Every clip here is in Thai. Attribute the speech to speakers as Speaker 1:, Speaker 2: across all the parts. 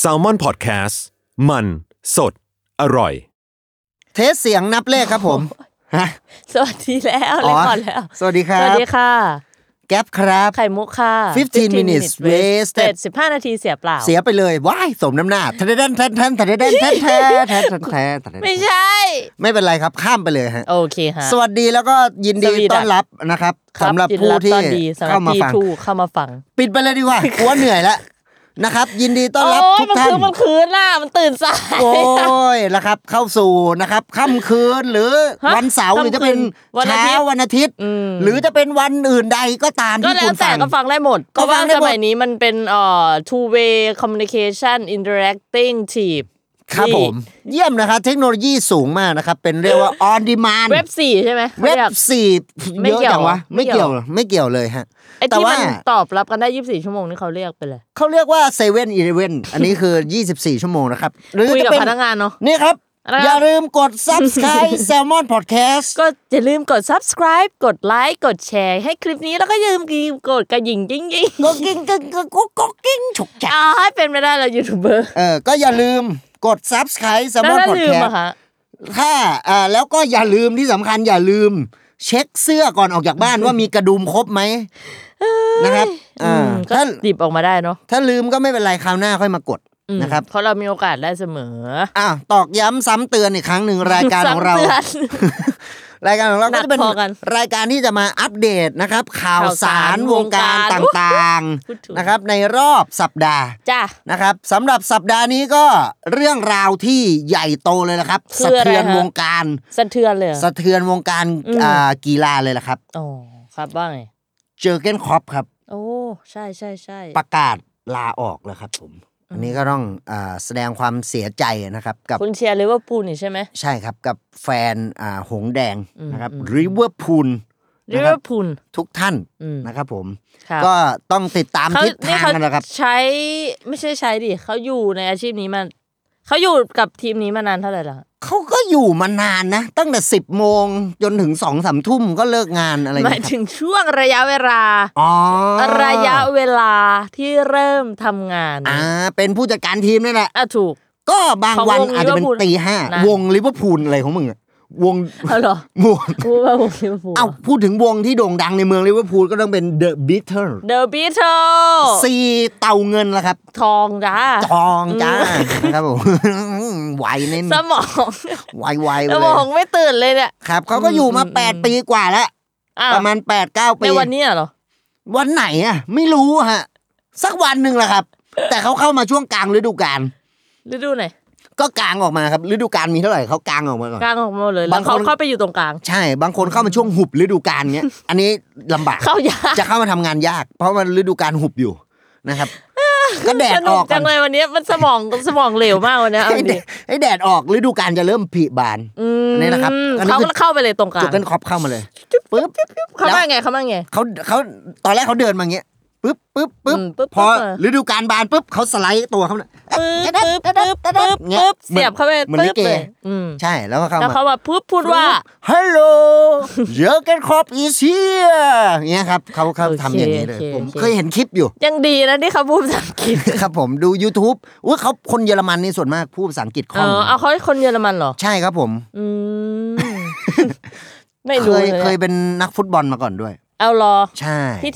Speaker 1: แซลมอนพอดแคสต์มันสดอร่อย
Speaker 2: เทสเสียงนับเลขครับผมฮะ
Speaker 3: สวัสดีแล้ว
Speaker 2: อ๋
Speaker 3: แล้
Speaker 2: อ
Speaker 3: วก่อนแล้ว
Speaker 2: สวัสดีครับ
Speaker 3: สวัสดีค่ะ
Speaker 2: แก๊ปครับ
Speaker 3: ไข่มุกค่ะ
Speaker 2: 15 minutes wasted
Speaker 3: สิบห้านาทีเสียเปล่า
Speaker 2: เสียไปเลยว้ายสมน้ำหน้าทะเดนแทนแทนทะเดนแทนแทนแทนแทนแทนแทน
Speaker 3: ไม่ใช่
Speaker 2: ไม่เป็นไรครับข้ามไปเลยฮะ
Speaker 3: โอเคฮะ
Speaker 2: สวัสดีแล้วก็ยินดี
Speaker 3: สวีดัส
Speaker 2: ต้อนรับนะครับ
Speaker 3: ค
Speaker 2: สำหรับ
Speaker 3: ยิน
Speaker 2: ผู้ที่
Speaker 3: ตอนดีสำหรั
Speaker 2: เข้า
Speaker 3: บ
Speaker 2: มา
Speaker 3: ที่
Speaker 2: ฟัง
Speaker 3: ทูเข้ามาฟัง
Speaker 2: ปิดไปเลยดีกว่าหัวเหนื่อยแล้วนะครับ ยินดีต้อนรับ
Speaker 3: โย
Speaker 2: ทุกท่าน
Speaker 3: มันคืนมันคืนล่ะ มันตื่นสาย
Speaker 2: โอ้ยนะครับเข้าสู่นะครับค่ำคืนหรือ
Speaker 3: ฮะ
Speaker 2: วันเสาร์หรือจะเป็น
Speaker 3: ค่ำคืนวันอา
Speaker 2: เช้า
Speaker 3: ทิตย์
Speaker 2: วันอาทิตย์
Speaker 3: อืม
Speaker 2: หรือจะเป็นวันอื่นใดก็ตาม
Speaker 3: ก็
Speaker 2: ที่
Speaker 3: แล้
Speaker 2: คุ
Speaker 3: ว
Speaker 2: ณ
Speaker 3: แต่
Speaker 2: ฟัง
Speaker 3: ก็ฟังได้หมด
Speaker 2: ก็
Speaker 3: เพราะ
Speaker 2: ฟั
Speaker 3: ว่าง
Speaker 2: ได้หมด
Speaker 3: สมัยนี้มันเป็นเอ่อ two way communication interacting team
Speaker 2: ครับ
Speaker 3: นี่
Speaker 2: ผมเยี่ยมนะครับ เทคโนโลยีสูงมากนะครับ เป็นเรียกว่า on demand
Speaker 3: เว็บสี่ใช่ไหม
Speaker 2: เว็บ
Speaker 3: รียก
Speaker 2: สี่
Speaker 3: ไม่
Speaker 2: เยอะ
Speaker 3: เกี่ยว
Speaker 2: จังวะ
Speaker 3: ไม่
Speaker 2: ไม่
Speaker 3: เกี่
Speaker 2: เกี่ย
Speaker 3: ยว ว
Speaker 2: ไม่เกี่ยวเลยฮะ
Speaker 3: ไอ้
Speaker 2: แต่
Speaker 3: ที่
Speaker 2: ว่า
Speaker 3: มันตอบรับกันได้ยี่สิบสี่ชั่วโมงนี่เขาเรียกไปเลย
Speaker 2: เขาเรียกว่าเซเว่นอีเวนอันนี้คือ 24 ชั่วโมงนะครับ
Speaker 3: คุยกับ
Speaker 2: เป็
Speaker 3: พนักงานเนาะ
Speaker 2: นี่ครับ
Speaker 3: อะไรครับ
Speaker 2: อย่าลืมกด subscribe Salmon Podcast
Speaker 3: ก็อย่าลืมกด subscribe กดไลค์กดแชร์ให้คลิปนี้แล้วก็อย่าลืมกดกระยิ่งยิ่งยิ่ง
Speaker 2: ก็กิ้งก็กิ้งก็กิ้งฉุกจัก
Speaker 3: อ่าให้เป็นไม่ได้เรายูทูบเบอร์
Speaker 2: เออก็อย่าลืมกด subscribe
Speaker 3: แล้
Speaker 2: Salmon
Speaker 3: วถ้าลืม
Speaker 2: Podcast
Speaker 3: อะคะ
Speaker 2: ถ้าอ่าแล้วก็อย่าลืมที่สำคัญอย่าลืม เช็คเสื้อก่อนออกจากบ้านว่ามีกระดุมครบไหมนะครับ
Speaker 3: อื
Speaker 2: อ่าม
Speaker 3: ก็
Speaker 2: ถ้า
Speaker 3: ดิบออกมาได้เนาะ
Speaker 2: ถ้าลืมก็ไม่เป็นไรคราวหน้าค่อยมากด
Speaker 3: อืม
Speaker 2: นะครับ
Speaker 3: เพราะเรามีโอกาสได้เสมอ
Speaker 2: อ่ะตอกย้ำซ้ำเตือนอีกครั้งหนึ่งรายการของเรา
Speaker 3: ซ้ำตือน
Speaker 2: รายการของเราก็จะเป็น
Speaker 3: หนักพอกัน
Speaker 2: รายการที่จะมาอัปเดตนะครับ ข่าว
Speaker 3: ข่าว
Speaker 2: สา
Speaker 3: สาร ร
Speaker 2: วงการ
Speaker 3: วงการ
Speaker 2: ต่าง
Speaker 3: พูดถึง
Speaker 2: ๆนะครับ ในรอบสัปดาห์
Speaker 3: จ้ะ
Speaker 2: นะครับสำหรับสัปดาห์นี้ก็เรื่องราวที่ใหญ่โตเลยนะครับ
Speaker 3: คือ
Speaker 2: สะ
Speaker 3: อะไร
Speaker 2: เทือน
Speaker 3: ฮะ
Speaker 2: วงการ
Speaker 3: สะเทือนเลยเหรอ
Speaker 2: สะเทือนวงการ
Speaker 3: อืม
Speaker 2: อ่ากีฬาเลยล่ะครับ
Speaker 3: อ๋อครับว่าไง
Speaker 2: เจอร์เกนครอปครับ
Speaker 3: โอ้ใช่ใช่ใช่
Speaker 2: ประกาศลาออกแล้วครับผมอันนี้ก็ต้องอ่าแสดงความเสียใจนะครับกับ
Speaker 3: คุณเชียร์ลิเวอร์พูลนี่ใช่ไหม
Speaker 2: ใช่ครับ กับแฟนอ่าหงส์แดง
Speaker 3: อืม
Speaker 2: นะครับ
Speaker 3: อืม
Speaker 2: ริเวอร์พูล
Speaker 3: ลิเวอร์พูล
Speaker 2: ทุกท่าน
Speaker 3: อืม
Speaker 2: นะครับผม
Speaker 3: ครับ
Speaker 2: ก็ต้องติดตาม
Speaker 3: เขา
Speaker 2: ทิศ
Speaker 3: นี่
Speaker 2: ทาง
Speaker 3: เขา
Speaker 2: กันนะครับ
Speaker 3: ใช้ไม่ใช่ใช้ดิเขาอยู่ในอาชีพนี้มาเขาอยู่กับทีมนี้มานานเท่าไหร่ละ
Speaker 2: เขาก็อยู่มานานนะ ตั้งแต่ 10 โมงจนถึง2องสามทุ่มก็เลิกงานอะไรอ
Speaker 3: ห
Speaker 2: ย่าง
Speaker 3: มาย
Speaker 2: เงี้ยครับ
Speaker 3: ถึงช่วงระยะเวลา
Speaker 2: อ๋อ
Speaker 3: ระยะเวลาที่เริ่มทำงาน
Speaker 2: อ่าเป็นผู้จัดการทีมนั่นแหละ
Speaker 3: อ่ะถูก
Speaker 2: ก็บางวัน
Speaker 3: ของวง
Speaker 2: อาจจะเป็น
Speaker 3: Liverpool
Speaker 2: ตีห้า
Speaker 3: นะ
Speaker 2: วงลิเวอร์พูลอะไรของมึงอะวง
Speaker 3: เอาเหรอ
Speaker 2: วง
Speaker 3: พูดว่าผมลิเวอร์พูล
Speaker 2: เอ้าพูดถึงวงที่โด่งดังในเมืองลิเวอร์พูลก็ต้องเป็นเดอะบิทเทิล
Speaker 3: เดอะบีเทิล
Speaker 2: ซีเต่าเงินละครับ
Speaker 3: ทองจ้า
Speaker 2: ทองจ้า
Speaker 3: อื
Speaker 2: นะครับผมไหวเน้น
Speaker 3: สมอง
Speaker 2: ไหวไวๆไป
Speaker 3: ส
Speaker 2: เล
Speaker 3: ม
Speaker 2: ย
Speaker 3: องไม่ตื่นเลยเนี่ย
Speaker 2: ครับเขาก็อยู่มา
Speaker 3: อืม
Speaker 2: 8 ปีกว่าแล้ว
Speaker 3: อ่
Speaker 2: ประมาณ 8 9
Speaker 3: ใน
Speaker 2: ปี
Speaker 3: วันเนี้ยเหรอ
Speaker 2: วันไหนอ่ะ ไม่รู้ฮะ สักวันหนึ่งแหละครับ แต่เขาเข้ามาช่วงกลางฤดูกาล
Speaker 3: ฤดูไหน
Speaker 2: ก็กลางออกมาครับ ฤดูกาลมีเท่าไหร่เขากลางออกมาก่อน
Speaker 3: กลางออกมาเลย แล้
Speaker 2: บาว งคน
Speaker 3: เขาเข้าไปอยู่ตรงกลาง
Speaker 2: ใช่บางคนเข้ามาช่วงหุบฤดูกาล เงี้ย อันนี้ลำบาก
Speaker 3: เข้ายาก
Speaker 2: จะเข้ามาทำงานยาก เพราะมันฤดูกาลหุบอยู่ นะครับ ก็แด
Speaker 3: ส
Speaker 2: ดอ
Speaker 3: นุ
Speaker 2: อก กก่
Speaker 3: จั
Speaker 2: อน
Speaker 3: งเลยวันเนี้ยมันสมองสมองเหลวมากวันเนี้ยเอา
Speaker 2: ให้แด
Speaker 3: ดิ
Speaker 2: ดให้แดดออกฤดูกาลจะเริ่มผลิบาน
Speaker 3: อืม
Speaker 2: อันนี้นะครับอันนี้
Speaker 3: เขา
Speaker 2: คือ
Speaker 3: เข้าไปเลยตรงกลา
Speaker 2: จุ
Speaker 3: ง
Speaker 2: กเกิลคอปเข้ามาเลยปึ๊บ
Speaker 3: เขาว่าไงเขาว่าไง
Speaker 2: เขาเขาตอนแรกเขาเดินมาอย่างเงี้ยปึ๊บปึ๊บปึ๊บ
Speaker 3: อืมปึ๊บ
Speaker 2: พอ
Speaker 3: ปึ๊บเออ
Speaker 2: ฤดูกาลบานปึ๊บเขาสไลด์ตัวเขาน่ะ
Speaker 3: ปึ๊บปึ๊บปึ๊บปึ๊บปึ๊บ
Speaker 2: เหมือน
Speaker 3: เสียบเข้าไป
Speaker 2: เหมือนลิ
Speaker 3: ปึ๊บ
Speaker 2: เก
Speaker 3: เลยอืม
Speaker 2: ใช่แล้วก็เข้า
Speaker 3: แล้ว
Speaker 2: มา
Speaker 3: เขาแบบพูดพูดว่า
Speaker 2: ฮัลโหลเยอร์เกนครอปอีเชียเงี้ยครับเขาเขา
Speaker 3: โอเค
Speaker 2: ทำอย่างนี้เลย
Speaker 3: โอเค
Speaker 2: ผม
Speaker 3: โอเค
Speaker 2: เคยเห็นคลิปอยู่
Speaker 3: ยังดีนะที่เขาพูดภาษาอังกฤษ
Speaker 2: ครับผมดู YouTube อุ้ยเขาคนเยอรมันนี่ส่วนมากพูดภาษาอังกฤษค
Speaker 3: เอ
Speaker 2: ล่อง
Speaker 3: อเอาเขาคนเยอรมันเหรอ
Speaker 2: ใช่ครับผม
Speaker 3: อืม ไม่
Speaker 2: เค
Speaker 3: รู้เลย ย
Speaker 2: เคย
Speaker 3: อะ
Speaker 2: เป็นนักฟุตบอลมาก่อนด้วย
Speaker 3: เอารอ
Speaker 2: ใช่
Speaker 3: ที่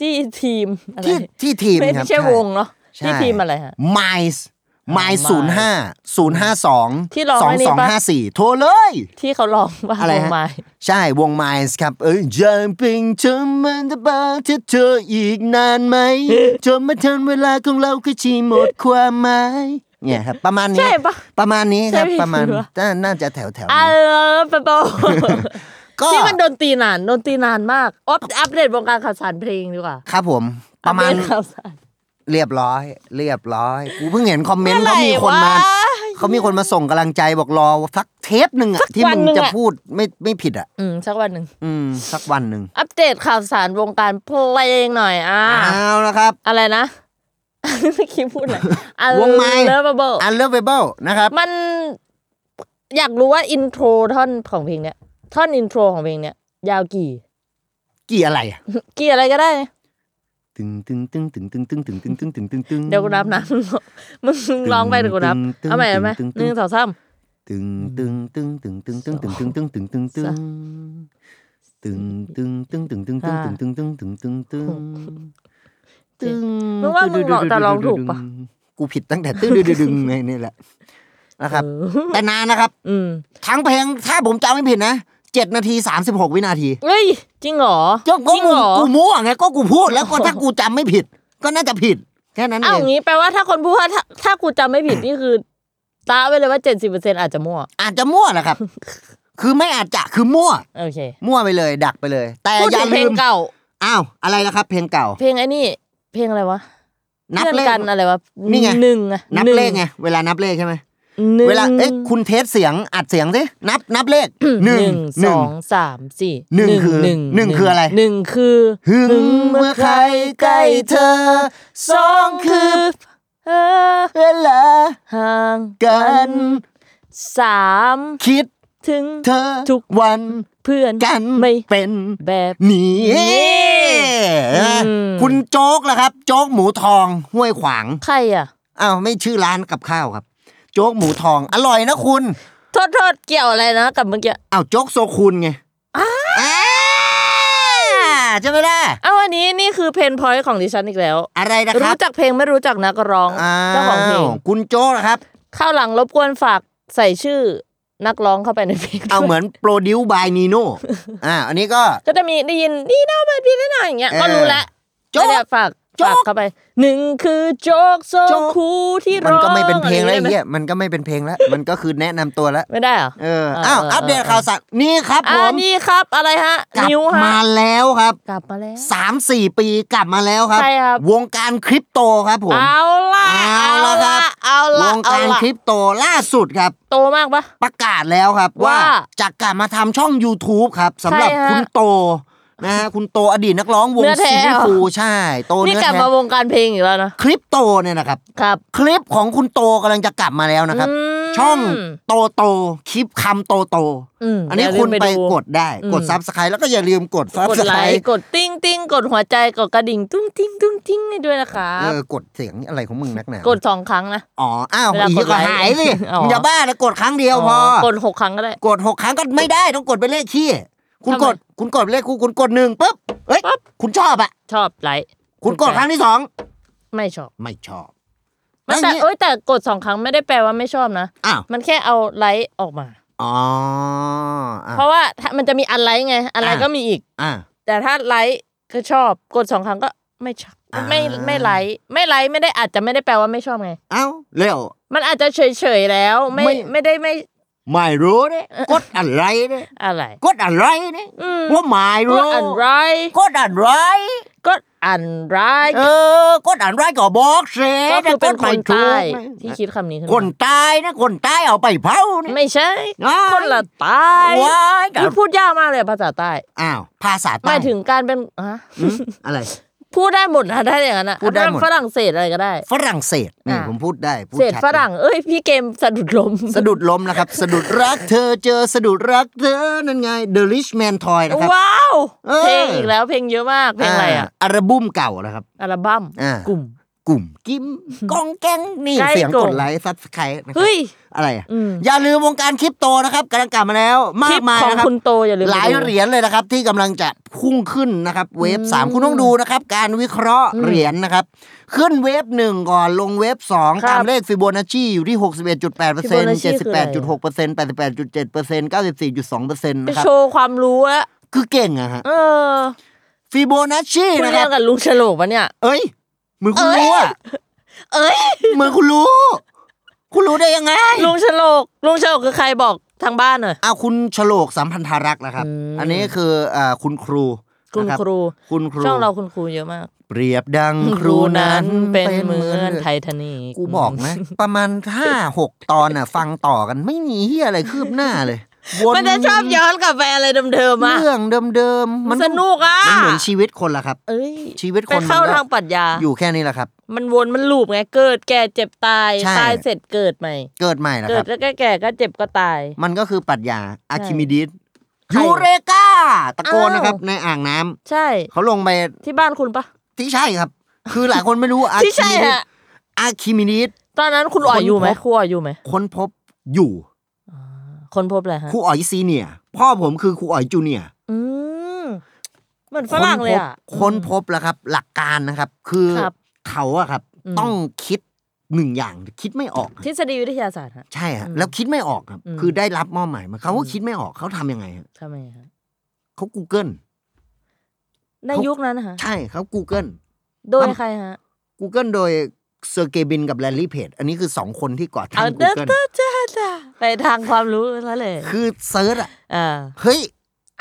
Speaker 3: ที่ทีมอะไร
Speaker 2: ที่ที่ทีม
Speaker 3: ไม่
Speaker 2: ครับ
Speaker 3: ไม่ใช่วงเนาะ
Speaker 2: ใช่
Speaker 3: ที่ทีมอะไรฮะ
Speaker 2: ไมซ์ไมซ์ศูนย์ห้าศูนย์ห้าสอง
Speaker 3: ที่ร้อง
Speaker 2: สอง
Speaker 3: ไอ้นี่
Speaker 2: สอง
Speaker 3: ปะ
Speaker 2: ห้าสี่โทรเลย
Speaker 3: ที่เขาร้องว่า
Speaker 2: อะไร
Speaker 3: ว
Speaker 2: ฮะ
Speaker 3: งไม้
Speaker 2: ใช่วง Minds ครับ เอ้ยยังเป็นเธอมันจะบาที่เธออีกนานไหม จนมาทันเวลาของเราคือชีหมดความหมายเนี่ยครับ ประมาณนี้
Speaker 3: ใช่ปะ
Speaker 2: ประมาณนี้ครับ
Speaker 3: ใช่ไหม
Speaker 2: ประมาณ
Speaker 3: หรือว่า
Speaker 2: น่าน่าจะแถวแถวๆ
Speaker 3: อั
Speaker 2: นี้
Speaker 3: ลเปโป
Speaker 2: ก็
Speaker 3: ที่มันโดนตีนานโดนตีนานมากอัปอัปเดตวงการข่าวสารเพลงดีกว่า
Speaker 2: ครับผม ประมาณ
Speaker 3: อัปเดตข่าวสาร
Speaker 2: เรียบร้อย เรียบร้อยกูเพิ่งเห็นคอมเมนต์เขามีคนมา
Speaker 3: เอไหร่วะ
Speaker 2: เขามีคนมาส่งกำลังใจบอกรอสักเทปหนึ่ง
Speaker 3: สั
Speaker 2: อะ
Speaker 3: ก
Speaker 2: ที่
Speaker 3: วัน
Speaker 2: มึง
Speaker 3: หนึ่ง
Speaker 2: จะ
Speaker 3: อะ
Speaker 2: พูดไม่ไม่ผิดอะ
Speaker 3: อืมสักวันหนึ่ง
Speaker 2: อืม สักวันหนึ่ง
Speaker 3: อัปเดตข่าวสารวงการเพลงหน่อยอ่า
Speaker 2: เอาละครับ
Speaker 3: อะไรนะ เมื่อกี้พูดอะไร
Speaker 2: วงไม้
Speaker 3: เลเบิล
Speaker 2: unlovable นะครับ
Speaker 3: มันอยากรู้ว่าอินโทรท่อนของเพลงเนี้ยท่อนอินโทรของเพลงเนี้ยยาวกี่
Speaker 2: กี่อะไรอะ
Speaker 3: กี่อะไรก็ได้นะ
Speaker 2: ตึงตึงตึงตึงตึงตึงตึงตึงตึงตึงตึงตึง
Speaker 3: เดี๋ยวกูนับนะ มึงร้องไปเดี๋ยวกูนับ
Speaker 2: ตึงๆ
Speaker 3: เอาใหม่เอาไหม
Speaker 2: ตึงๆ
Speaker 3: หนึ่งสองสาม
Speaker 2: ตึงตึงตึงตึงตึงตึงตึงตึงตึงตึงตึงตึงตึงตึงตึงตึงตึงตึงตึงตึงตึงตึงตึงตึงตึง
Speaker 3: มึงว่ามึงเหมาะจะร้องถูกปะ
Speaker 2: กูผิดตั้งแต่ตึ้งดึงดึงดึงไงนี่แหละนะครับ แต่นานนะครับ
Speaker 3: อืม
Speaker 2: ทั้งเพลงถ้าผมจำไม่ผิดนะเจ็ดนาทีสามสิบหกวินาที
Speaker 3: เฮ้ยจริงเหรอ
Speaker 2: ก็
Speaker 3: จ
Speaker 2: กู
Speaker 3: ริงเหรอ
Speaker 2: กูมั่วไงก็กูพูดแล้วก็ถ้ากูจำไม่ผิด ก็น่าจะผิด แค่นั้น
Speaker 3: อ้า
Speaker 2: เอ
Speaker 3: ว
Speaker 2: ง
Speaker 3: งี้แปลว่าถ้าคนพูดว่าถ้าถ้ากูจำไม่ผิดนี่คือตาไว้เลยว่าเจ็ดสิบเปอร์เซ็นอาจจะมั่ว
Speaker 2: อาจจะมั่วแหละครับ คือไม่อาจจะคือมั่ว
Speaker 3: โอเค
Speaker 2: มั่วไปเลย ดักไปเลย แต่
Speaker 3: พูด
Speaker 2: อ
Speaker 3: ถึ
Speaker 2: ย่าง
Speaker 3: เพล
Speaker 2: ลื
Speaker 3: ง
Speaker 2: ม
Speaker 3: เก่า
Speaker 2: อ้าวอะไรนะครับ เพลงเก่า
Speaker 3: เพลงไอ้นี่ เพลงอะไรวะ
Speaker 2: นับ
Speaker 3: พื่อน
Speaker 2: เลข
Speaker 3: กันอะไรวะ
Speaker 2: นี่ไง
Speaker 3: หนึ่งอะ
Speaker 2: นับ
Speaker 3: หง
Speaker 2: เลขไงเวลานับเลขใช่ไหม
Speaker 3: หนึ่ง
Speaker 2: เวลาเอ้ยคุณเทสเสียงอัดเสียงสินับนับเลขหนึ่งห
Speaker 3: ส
Speaker 2: นึ่ง
Speaker 3: องสามสี่
Speaker 2: หนึ่งคือหนึ่งคืออะไร
Speaker 3: หนึ่งคือ
Speaker 2: หึงเมื่อใครใกล้เธอสองคือ
Speaker 3: เออ
Speaker 2: เวลา
Speaker 3: ห่าง
Speaker 2: กัน
Speaker 3: สาม
Speaker 2: คิด
Speaker 3: ถึง
Speaker 2: เธอ
Speaker 3: ทุก
Speaker 2: วัน
Speaker 3: เพื่อน
Speaker 2: กัน
Speaker 3: ไม่
Speaker 2: เป็น
Speaker 3: แบบ
Speaker 2: หนีคุณโจ๊กล่ะครับ โจ๊กหมูทองห้วยขวาง
Speaker 3: ใครอ่ะ
Speaker 2: อ้าวไม่ชื่อร้านกับข้าวครับ โจ๊กหมูทองอร่อยนะคุณ
Speaker 3: โทษโทษเกี่ยวอะไรนะกับเมื่อกี้
Speaker 2: อ้าวโจ๊กโซคุณไงอ่าใช่ไหมล่ะ
Speaker 3: เอาอันนี้นี่คือเพนพอยต์ของดิฉันอีกแล้ว
Speaker 2: อะไรนะครั
Speaker 3: รู้
Speaker 2: บ
Speaker 3: จักเพลงไม่รู้จักนักร้องเจ้าของเพลง
Speaker 2: าวคุณโจ๊กล่ะครับ
Speaker 3: ข้าวหลังรบกวนฝากใส่ชื่อนักร้องเข้าไปในเพลง
Speaker 2: เอาเหมือนโปรดิวบายนีโน่อ่าอันนี้ก็
Speaker 3: ก็จะมีได้ยินดีน่าบัดดีน่าอย่างเงี้ย
Speaker 2: เออ
Speaker 3: ก็รู้แล้ว
Speaker 2: โจ๊ก
Speaker 3: ก็เนี่ยฝาก
Speaker 2: โจ๊ก
Speaker 3: ฝากเข้าไปหนึ่งคือโจกโซ
Speaker 2: โจ๊ก
Speaker 3: คูที่ร้
Speaker 2: มั
Speaker 3: อนง
Speaker 2: ก็ไม่เป็นเพลงแล้ว
Speaker 3: อะ
Speaker 2: ไอ้
Speaker 3: ไร
Speaker 2: เหี้ยมันก็ไม่เป็นเพลงแล้ว มันก็คือแนะนำตัวแล้ว
Speaker 3: ไม่ได้เหรอ
Speaker 2: เออ
Speaker 3: เออ
Speaker 2: อ้าว
Speaker 3: เออ
Speaker 2: อัปเดต
Speaker 3: เออ
Speaker 2: ข่าวสารนี่ครับผ
Speaker 3: อ่ามนี่ครับอะไรฮะ
Speaker 2: กลับ
Speaker 3: นิ้วฮะ
Speaker 2: มาแล้วครับ
Speaker 3: กลับมาแล้ว
Speaker 2: สามสี่ปีกลับมาแล้วครับ
Speaker 3: ใช่ครับ
Speaker 2: วงการคริปโตครับผม
Speaker 3: เอาล่ะ
Speaker 2: เอาละครับ
Speaker 3: เอา
Speaker 2: ว
Speaker 3: ล่ะ
Speaker 2: ง
Speaker 3: เอา
Speaker 2: การ
Speaker 3: ล่ะ
Speaker 2: คริปโตล่าสุดครับ
Speaker 3: โตมากปะ
Speaker 2: ประกาศแล้วครับ
Speaker 3: ว่า
Speaker 2: ว่าจะกลับมาทำช่อง YouTube ครับสำหรับ
Speaker 3: ใช่ฮะ
Speaker 2: คุณโตนะฮะคุณโตอดีตนักร้องวง
Speaker 3: เนื้อแท้
Speaker 2: ซี
Speaker 3: เหร
Speaker 2: รี
Speaker 3: อ
Speaker 2: ฟูใช่ โต
Speaker 3: นี่
Speaker 2: เนื้อก
Speaker 3: ลับ
Speaker 2: แท้
Speaker 3: มาวงการเพลงอีกแล้วนะ
Speaker 2: คริปโตเนี่ยนะครับ
Speaker 3: ครับ
Speaker 2: คลิปของคุณโตกำลังจะกลับมาแล้วนะครับ
Speaker 3: อืม
Speaker 2: ช่องโตโตคลิปคำโตโต
Speaker 3: ม
Speaker 2: อันนี้
Speaker 3: ย่าลืม
Speaker 2: คุณไป
Speaker 3: ดู
Speaker 2: กดได้
Speaker 3: อืม
Speaker 2: กดซับสไครต์แล้วก็อย่าลืมกดซับ
Speaker 3: กด
Speaker 2: ส
Speaker 3: ไล
Speaker 2: ไคร
Speaker 3: ค์
Speaker 2: ต์
Speaker 3: กดติ้งติ้งกดหัวใจกดกระดิ่งตุ้งติ้งตุ้งติ้งให้ด้วยนะครั
Speaker 2: เอบ อกดเสียงอะไรของมึงนักหนาก ก
Speaker 3: ดสองครั้งนะ
Speaker 2: อ๋ออ้าว
Speaker 3: เวลา
Speaker 2: อี
Speaker 3: ก
Speaker 2: ก
Speaker 3: ด
Speaker 2: ก็
Speaker 3: ไลค์
Speaker 2: หายสิ
Speaker 3: อ๋อ
Speaker 2: มึงอย่าบ้านะกดครั้งเดียวพอ
Speaker 3: กดหกครั้งก็ได้
Speaker 2: กดหกครั้งก็ไม่ได้ต้องกดเป็นเลขขี้คุณ
Speaker 3: ทำไม
Speaker 2: กด คุณกดเลขคู่คุณกดหนึ่งปุ๊บเอ้ย
Speaker 3: ปั๊บ
Speaker 2: คุณชอบอ่ะ
Speaker 3: ชอบไลค์
Speaker 2: คุณกดครั้งที่สอง
Speaker 3: ไม่ชอบ
Speaker 2: ไม่ชอบ
Speaker 3: มัน
Speaker 2: ล้ว
Speaker 3: แต่
Speaker 2: นี่
Speaker 3: เอ้ยแต่กดสองครั้งไม่ได้แปลว่าไม่ชอบนะ
Speaker 2: อ้าว
Speaker 3: มันแค่เอาไลค์ออกมา
Speaker 2: อ๋ออ่ะ
Speaker 3: เพราะว่าถ้ามันจะมีอันไลค์ไง อันไลค์
Speaker 2: อ่ะ
Speaker 3: ก็มีอีก
Speaker 2: อ่ะ
Speaker 3: แต่ถ้าไลค์ก็ชอบ กดสองครั้งก็ไม่ชอบ
Speaker 2: อ่า
Speaker 3: ไม่ไม่ไลค์ไม่ไลค์ไม่ได้อาจจะไม่ได้แปลว่าไม่ชอบไง
Speaker 2: เอ้าเร็ว
Speaker 3: มันอาจจะเฉยๆแล้ว ไม่
Speaker 2: ไม่
Speaker 3: ไม่ได้ไม่
Speaker 2: ไม่รู้เนี่ยกดอะไรเนี่ย
Speaker 3: อะไร
Speaker 2: กดอะไรเนี่ย
Speaker 3: อืม
Speaker 2: ว่าไม่
Speaker 3: ก็
Speaker 2: รู้
Speaker 3: อะไร
Speaker 2: กดอะไร
Speaker 3: ก็อะไร
Speaker 2: เออกดอะไรก็บอกเสีย
Speaker 3: ก็คือเป็นคนใต้ที่
Speaker 2: ที่
Speaker 3: คิดคำนี้ขึ้น
Speaker 2: ค
Speaker 3: มาน
Speaker 2: ใตายนะคนใตายเอาไปเผาเนี่ย
Speaker 3: ไม่ใช่
Speaker 2: อ้าว
Speaker 3: คนละใต้
Speaker 2: ว้าย
Speaker 3: อุ๊ยพูดยากมากเลยภาษาใต้
Speaker 2: อ้าวภาษา
Speaker 3: ห
Speaker 2: ใต้
Speaker 3: มายถึงการเป็นฮะ
Speaker 2: อืมอะไร
Speaker 3: พูดได้หมดนะได้อย่างนั้นอะ
Speaker 2: พูดได้หมด
Speaker 3: อันนั้นฝรั่งเศสอะไรก็ได้
Speaker 2: ฝรั่งเศสนี่
Speaker 3: อ่า
Speaker 2: ผมพูดได้พูด
Speaker 3: เศส
Speaker 2: ชัด
Speaker 3: ฝรั่งเอ้ยพี่เกมสะดุดลม
Speaker 2: สะดุดล้มนะครับ สะดุดรักเธอเจอสะดุดรักเธอนั่นไง The Rich Man Toy นะครับ
Speaker 3: ว้าว
Speaker 2: เออ
Speaker 3: เพลงอีกแล้วเพลงเยอะมากเพลงอะไรอะ
Speaker 2: อัลบั้มเก่านะครับ
Speaker 3: อัลบั้ม
Speaker 2: อ่า
Speaker 3: กลุ่ม
Speaker 2: กลุ่มกิมกองแกงนี่
Speaker 3: ใกล้
Speaker 2: เสียง
Speaker 3: ก
Speaker 2: ก
Speaker 3: ลุ่
Speaker 2: ด
Speaker 3: ม
Speaker 2: ไลค์ซับสไครต์นะครับ
Speaker 3: เฮ้ย
Speaker 2: อะไรอ่ะ
Speaker 3: อืม
Speaker 2: อย่าลืมวงการคริปโตนะครับกำลังกลับมาแล้ว
Speaker 3: ค
Speaker 2: มา
Speaker 3: ลิ
Speaker 2: ก
Speaker 3: ป
Speaker 2: มาย
Speaker 3: ของ
Speaker 2: นะครับ
Speaker 3: คุณโตอย่าลืม
Speaker 2: หลาย
Speaker 3: ไปดู
Speaker 2: เหรียญเลยนะครับ ที่กำลังจะพุ่งขึ้นนะครับ เวฟสามคุณต้องดูนะครับ การวิเคราะห์เหรียญนะครับ ขึ้นเวฟหนึ่งก่อนลงเวฟสอง
Speaker 3: ครับ
Speaker 2: ตามเลขฟิโบนัชชีอยู่ที่หกสิบเอ็ดจุดแปดเปอร์เซ็นต์เจ็ด
Speaker 3: Fibonacci
Speaker 2: สิบแปดจุดหกเปอร์เซ็นต์แปดสิบแปดจุดเจ็ดเปอร์เซ็นต์เก้าสิบสี่จุดสองเปอร์เซ็นต์
Speaker 3: ไป
Speaker 2: นะครับ
Speaker 3: โชว์ความรู้อะ
Speaker 2: คือเก่งอะฮะ
Speaker 3: เออ
Speaker 2: ฟิโบนัชชี
Speaker 3: คุณ
Speaker 2: นะค
Speaker 3: เรี
Speaker 2: รั
Speaker 3: ย
Speaker 2: บ
Speaker 3: นกับลุงฉลกปะเนี่ย
Speaker 2: เอ้ยเหมือนคุณรู้อะ
Speaker 3: เอ้ย
Speaker 2: เหมือนคุณรู้ คุณรู้ได้ยังไง
Speaker 3: ลุงฉลกลุงฉลกคือใครบอกทางบ้านหน่อย
Speaker 2: เอาคุณฉลกสัมพันธารักษ์นะครับ
Speaker 3: อืม
Speaker 2: อันนี้คืออ่าคุณครู
Speaker 3: คุณ
Speaker 2: นะบ
Speaker 3: ครู
Speaker 2: คุณครู
Speaker 3: ช่องเราคุณครูเยอะมาก
Speaker 2: เปรียบดังครูนั้น
Speaker 3: เป็นเหมือนไท
Speaker 2: ย
Speaker 3: ทานิก
Speaker 2: กูบอกนะ ประมาณห้าหกตอนอ่ะ ฟังต่อกันไม่มีเฮียอะไรคืบหน้าเลยวน
Speaker 3: มันจะชอบย้อนกลับไปอะไรเดิมๆอ่ะ
Speaker 2: เรื่องเดิมๆ
Speaker 3: มันสนุกอ่ะ
Speaker 2: มันเหมือนชีวิตคนละครับ
Speaker 3: เอ้ย
Speaker 2: ชีวิตค
Speaker 3: ไป
Speaker 2: นมันก็
Speaker 3: เข้าทางปรัชญา
Speaker 2: อยู่แค่นี้แหละครับ
Speaker 3: มันวนมันลูปไงเกิดแก่เจ็บตาย
Speaker 2: ใช่
Speaker 3: ตายเสร็จเกิดใหม่
Speaker 2: เกิดใหม่แล้ว
Speaker 3: เกิ
Speaker 2: ครั
Speaker 3: ด
Speaker 2: บ
Speaker 3: แล้วก็แก่ก็เจ็บก็ตาย
Speaker 2: มันก็คือปรัชญาอะคิมิดิส
Speaker 3: ใคร
Speaker 2: ยูเรกาตะโกนนะครับ
Speaker 3: อ้าว
Speaker 2: ในอ่างน้ำ
Speaker 3: ใช่
Speaker 2: เขาลงไป
Speaker 3: ที่บ้านคุณปะ
Speaker 2: ที่ใช่ครับ คือหลายคนไม่รู้อะ
Speaker 3: ที่
Speaker 2: คิ
Speaker 3: ใช่
Speaker 2: มิดิส
Speaker 3: ฮะ
Speaker 2: อะคิมิดิส
Speaker 3: ตอนนั้นคุณอ่อยอยู่ไหม
Speaker 2: คนพบ
Speaker 3: ครูอ่อยอยู่ไหม
Speaker 2: ค้นพบอยู่
Speaker 3: คนพบอะไรฮะ
Speaker 2: ครูอ๋อยซีเนียร์พ่อผมคือครูอ๋อยจูเนียร์
Speaker 3: อืมเหมือนฝรั่งเลยอ่ะ
Speaker 2: ค้นพบแล้วครับ หลักการนะครับ คือ
Speaker 3: ครับ
Speaker 2: เขาอะครับ
Speaker 3: อืม
Speaker 2: ต้องคิดหนึ่งอย่างคิดไม่ออก
Speaker 3: ทฤษฎีวิทยาศาสตร์ฮะ
Speaker 2: ใช่ฮะ
Speaker 3: อืม
Speaker 2: แล้วคิดไม่ออกครับ
Speaker 3: อืม
Speaker 2: คือได้รับมอบหมายมาเขาก็
Speaker 3: อืม
Speaker 2: คิดไม่ออกเขาทำยังไงฮะ
Speaker 3: ทำไมฮะ
Speaker 2: เขา Google
Speaker 3: ในยุคนั้นนะคะ
Speaker 2: ใช่เขา Google
Speaker 3: โดยใครฮะ
Speaker 2: Google โดยเซอร์เกย์บินกับแลนลี่เพจอันนี้คือ 2 คนที่ก่อตั้
Speaker 3: เอา
Speaker 2: ง
Speaker 3: เด้อ
Speaker 2: Google
Speaker 3: เด้อจ้าจ้าไปทางความรู้แล้วเลย
Speaker 2: คือเซิร์ชอะ
Speaker 3: อ่า
Speaker 2: เฮ้ย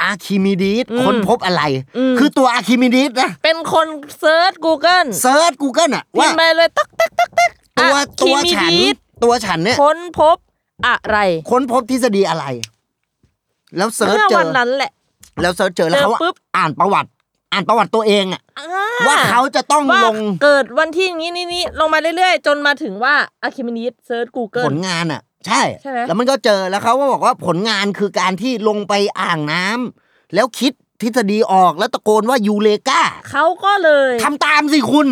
Speaker 2: อาร์คิมิดีส
Speaker 3: อืม
Speaker 2: ค้นพบอะไร
Speaker 3: อืม
Speaker 2: คือตัวอาร์คิมิดีสนะ
Speaker 3: เป็นคนเซิร์ช Google
Speaker 2: เซิร์ช Google อะ
Speaker 3: พิ
Speaker 2: ว่าม
Speaker 3: พ์ไปเลยตักตักตักตัก
Speaker 2: ตัว
Speaker 3: อะ
Speaker 2: ตัว
Speaker 3: คิมิ
Speaker 2: ฉัน
Speaker 3: ดีด
Speaker 2: ตัวฉันเนี่ย
Speaker 3: ค้นพบอะไร
Speaker 2: ค้นพบทฤษฎีอะไร แล้วเซิร์ช
Speaker 3: เมื่อ
Speaker 2: เจ
Speaker 3: วั
Speaker 2: อน
Speaker 3: นั้นแหละ
Speaker 2: แล้วเซิร์ชเจอแล้ว
Speaker 3: เจอ
Speaker 2: เขาอะ
Speaker 3: ปุ๊บ
Speaker 2: อ่านประวัติ อ่านประวัติตัวเองอะ
Speaker 3: อ่
Speaker 2: ว่าเขาจะต้อง
Speaker 3: ว่า
Speaker 2: ลง
Speaker 3: เกิดวันที่นี้นี้นี้ลงมาเรื่อยๆ จนมาถึงว่าอะคิมินิสเซิร์ช
Speaker 2: ผ
Speaker 3: Google
Speaker 2: ลงานอะใช่
Speaker 3: ใช่ไหม
Speaker 2: แล้วมันก็เจอแล้วเขาก็บอกว่าผลงานคือการที่ลงไปอ่างน้ำแล้วคิดทฤษฎีออกแล้วตะโกนว่ายูเลกา
Speaker 3: เขาก็เลย
Speaker 2: ทำตามสิคุณ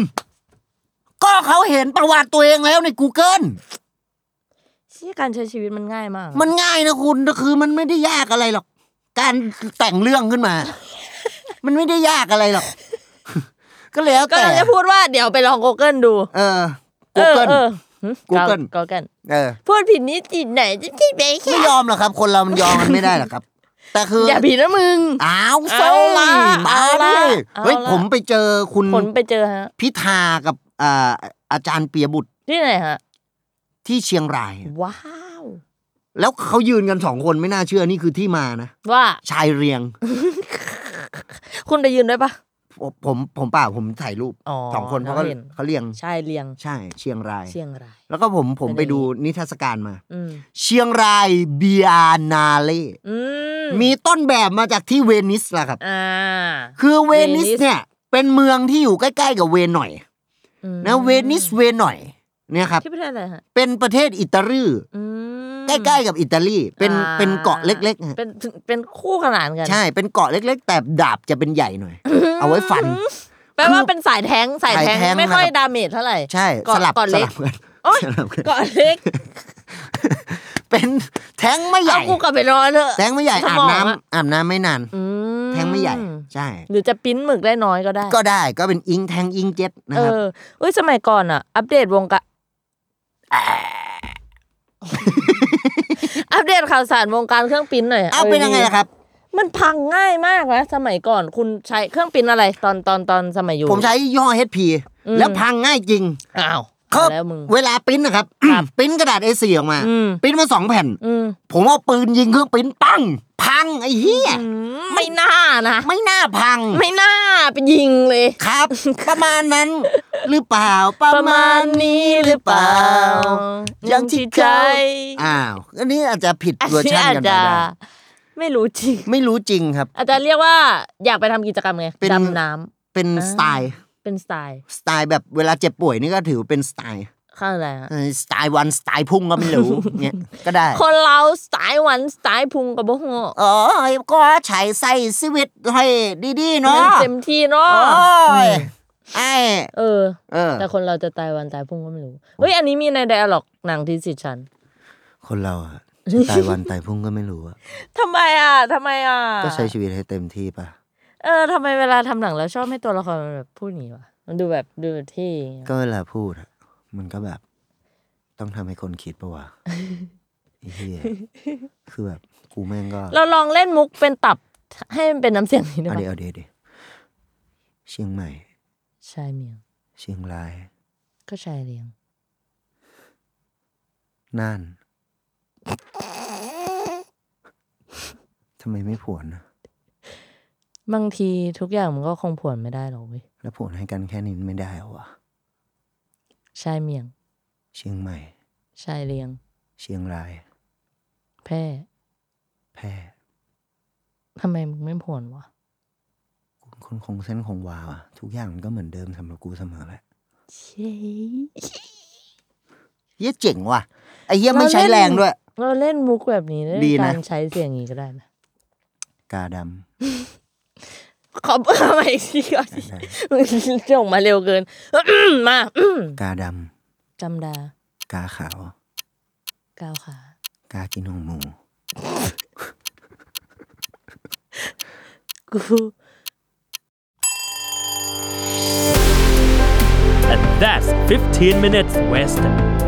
Speaker 2: ก็เขาเห็นประวัติตัวเองแล้วใน Google
Speaker 3: เชี่ยการใช้ชีวิตมันง่ายมาก
Speaker 2: มันง่ายนะคุณคือมันไม่ได้ยากอะไรหรอก การแต่งเรื่องขึ้นมา มันไม่ได้ยากอะไรหรอก ก็แล้ว
Speaker 3: ก็
Speaker 2: แต่
Speaker 3: เราจะพูดว่าเดี๋ยวไปลอง Google ดู
Speaker 2: เออ
Speaker 3: เออ
Speaker 2: Google
Speaker 3: เออหึ
Speaker 2: Google
Speaker 3: Google
Speaker 2: เออ
Speaker 3: พูดผิดนิดจิตไหนจะผิดไปแค่
Speaker 2: ไม่ยอมหรอกครับ คนเรามันยอมมันไม่ได้หรอกครับ แต่คืออย่
Speaker 3: อาผิดนะมึง
Speaker 2: อ้าวโซ่
Speaker 3: เอาละ
Speaker 2: มา
Speaker 3: เอาละ
Speaker 2: เลยเฮ้ย
Speaker 3: เอาละ
Speaker 2: ผมไปเจอคุณ
Speaker 3: ผลไปเจอฮะ
Speaker 2: พิธากับอ่าอาจารย์เปียบุตร
Speaker 3: ที่ไหนฮะ
Speaker 2: ที่เชียงราย
Speaker 3: ว้าว
Speaker 2: แล้วเขายืนกันสองคนไม่น่าเชื่อนี่คือที่มานะ
Speaker 3: ว่า
Speaker 2: ชายเรียง
Speaker 3: คุณไปยืนด้วยปะ
Speaker 2: ผมผมผมเปล่าผมถ่ายรูป
Speaker 3: อ๋อ
Speaker 2: สองคนเพราะเขา
Speaker 3: แล้วเห็น
Speaker 2: เขาเรียง
Speaker 3: ชายเลียง
Speaker 2: ใช่เชียงราย
Speaker 3: เชียงราย
Speaker 2: แล้วก็ผมผม
Speaker 3: อันนี้
Speaker 2: ไปดูนิทรรศการมา
Speaker 3: อืม
Speaker 2: เชียงรายเบียนาเล่
Speaker 3: อืม
Speaker 2: มีต้นแบบมาจากที่เวนิสละครับ
Speaker 3: อ่า
Speaker 2: คือเวนิส
Speaker 3: เวนิส
Speaker 2: เนี่ย เป็นเมืองที่อยู่ใกล้ ๆ กับเวหน่อย
Speaker 3: อืม
Speaker 2: นะเวนิสเวหน่อยเนี่ยครับ
Speaker 3: ที่ประเทศอะไรฮะ
Speaker 2: เป็นประเทศอิตาลี
Speaker 3: อืม
Speaker 2: ใกล้ ๆ กับอิตาลีเป็น
Speaker 3: อ่
Speaker 2: เป็นเกาะเล็กๆฮะ
Speaker 3: เป็นเป็นคู่ขนานกัน
Speaker 2: ใช่เป็นเกาะเล็ก ๆ แต่ดาบจะเป็นใหญ่หน่อย เอาไว้ฟัน
Speaker 3: แปลว่าเป็นสายแทงสายแทง
Speaker 2: สายแท้ง
Speaker 3: ไม่ค่อย
Speaker 2: นะครับ
Speaker 3: ดาเมจเท่าไหร่
Speaker 2: ใช่
Speaker 3: เกาะ
Speaker 2: สลับ
Speaker 3: เกาะ
Speaker 2: ส
Speaker 3: เล็ก
Speaker 2: ลับกัน
Speaker 3: โอ๊ย
Speaker 2: สลับกัน
Speaker 3: เกาะเล็ก
Speaker 2: เป็นแท้งไม่ให
Speaker 3: เอา
Speaker 2: ญ่
Speaker 3: กูกลับไปนอนเถอะ
Speaker 2: แท้งไม่ใหญ่
Speaker 3: ส
Speaker 2: อาบ
Speaker 3: มอง
Speaker 2: น้ำ
Speaker 3: อะ
Speaker 2: อาบน้ำไม่นาน
Speaker 3: อืม
Speaker 2: แท้งไม่ใหญ่ ใช่
Speaker 3: หรือจะปริ้นหมึกได้น้อยก็ได้
Speaker 2: ก็ได้ก็เป็นอิงแท้งอิงเจ็ตนะ
Speaker 3: เอ
Speaker 2: ครับ
Speaker 3: อเอ้ยสมัยก่อนอ่ะ อัปเดตวงการ อัปเดตข่าวสารวงการเครื่องปริ้นหน่อย
Speaker 2: เอาเป็นยังไงล่ะครับ
Speaker 3: มันพังง่ายมากนะสมัยก่อนคุณใช้เครื่องปริ้นอะไรตอนตอนตอนสมัยอยู่
Speaker 2: ผมใช้ย่ห้อ HP
Speaker 3: อืม
Speaker 2: แล้วพังง่ายจริง
Speaker 3: อ้าว
Speaker 2: เขา
Speaker 3: เอาแล้วมึง
Speaker 2: เวลาปริ้นนะครับ
Speaker 3: ครับ
Speaker 2: ปริ้นกระดาษ A4 ออกมา
Speaker 3: อืม
Speaker 2: ปริ้นมาสองแผ่น
Speaker 3: อืม
Speaker 2: ผมเอาปืนยิงเครื่องปริ้นปัง พังไอ้เหี้ย
Speaker 3: อืมไม่น่านะ
Speaker 2: ไม่น่าพัง
Speaker 3: ไม่น่าไปยิงเลย
Speaker 2: ครับ ประมาณนั้น หรือเปล่าประมาณนี้หรือเปล่า อย่างที่เขา อ้าวอันนี้อาจจะผิด
Speaker 3: อัน
Speaker 2: เวอร์
Speaker 3: นี้
Speaker 2: ชัน
Speaker 3: อาจ
Speaker 2: กันไป
Speaker 3: จะ
Speaker 2: ได้
Speaker 3: ไม่รู้จริง
Speaker 2: ไม่รู้จริงครับ
Speaker 3: อาจจะเรียกว่าอยากไปทำกิจกรรมไง
Speaker 2: เป็น
Speaker 3: ดำน้ำ
Speaker 2: เป็น
Speaker 3: อ่า
Speaker 2: สไตล์
Speaker 3: เป็นสไตล์
Speaker 2: สไตล์แบบเวลาเจ็บป่วยนี่ก็ถือเป็นสไตล์
Speaker 3: ข้างอะไรฮะ
Speaker 2: เออสไตล์วันสไตล์พุ่งก็ไม่ รู้ เนี่ยก็ได้
Speaker 3: คนเราสไตล์หวันสไตล์พุงกับบ่หัว
Speaker 2: โอ้ยก็ใช้ใส่ชีวิตให้ดีๆเนาะ
Speaker 3: เต็มที่เนาะ
Speaker 2: โอ้ยไอ
Speaker 3: เออ
Speaker 2: เออ
Speaker 3: แต่คนเราจะตายวันตายพุ่งก็ไม่รู้เฮ้ยอันนี้มีในไดอะล็อกหนังที่สิทธิ์ฉัน
Speaker 2: คนเรา อะจะตายวันตายพุ่งก็ไม่รู้อะ
Speaker 3: ทำไมอ่ะทำไมอ่ะ
Speaker 2: ก็ใช้ชีวิตให้เต็มที่ป่ะ
Speaker 3: เออทำไมเวลาทำหนังแล้วชอบให้ตัวละครมันแบบพูดหนีวะมันดูแบบดูเท่อย่างเงี้ย
Speaker 2: ก็เวลาพูดอะมันก็แบบ ต้องทำให้คนคิดปะ วะไอ้เฮียคือแบบกูแม่งก็
Speaker 3: เราลองเล่นมุกเป็นตับให้มันเป็นน้ำเสียงนี้ได้
Speaker 2: เอา
Speaker 3: ไหม
Speaker 2: เดี๋ยวเอาเดี๋ยวเดี๋ยวเชียงใหม่
Speaker 3: ใช่เมียง
Speaker 2: เชียงราย
Speaker 3: ก็ใช่เรียง
Speaker 2: น่าน ทำไมไม่ผวนอะ
Speaker 3: บางทีทุกอย่างมันก็คงผวนไม่ได้หรอกเว้ย
Speaker 2: แล้วผมให้กันแค่นี้ไม่ได้เหรอวะ
Speaker 3: ชายเมียง
Speaker 2: เชียงใหม่
Speaker 3: ชายเลียง
Speaker 2: เชียงราย
Speaker 3: แพร่
Speaker 2: แพร่
Speaker 3: ทำไมมึงไม่ผลวะ
Speaker 2: คนคงเส้นคงวาว่ะทุกอย่างมันก็เหมือนเดิมสำหรับกูเสมอแหละ
Speaker 3: เช่
Speaker 2: เหี้ยเจ๋งว่ะไอ้เหี้ยไม่ใช้แรงด้วย
Speaker 3: เราเล่นมุกแบบนี้
Speaker 2: ดี
Speaker 3: เล่น
Speaker 2: นะ
Speaker 3: การใช้เสียงอย่างนี้ก็ได้นะ
Speaker 2: กาดำ
Speaker 3: ขอบเอาใหม่อีกทีก่อน มึงส่งมาเร็วเกิน มาก
Speaker 2: กาด
Speaker 3: จำดา
Speaker 2: ำ กาขาว
Speaker 3: ก้าวขา
Speaker 2: กากินของหมู
Speaker 3: กู
Speaker 4: And that's 15 minutes west.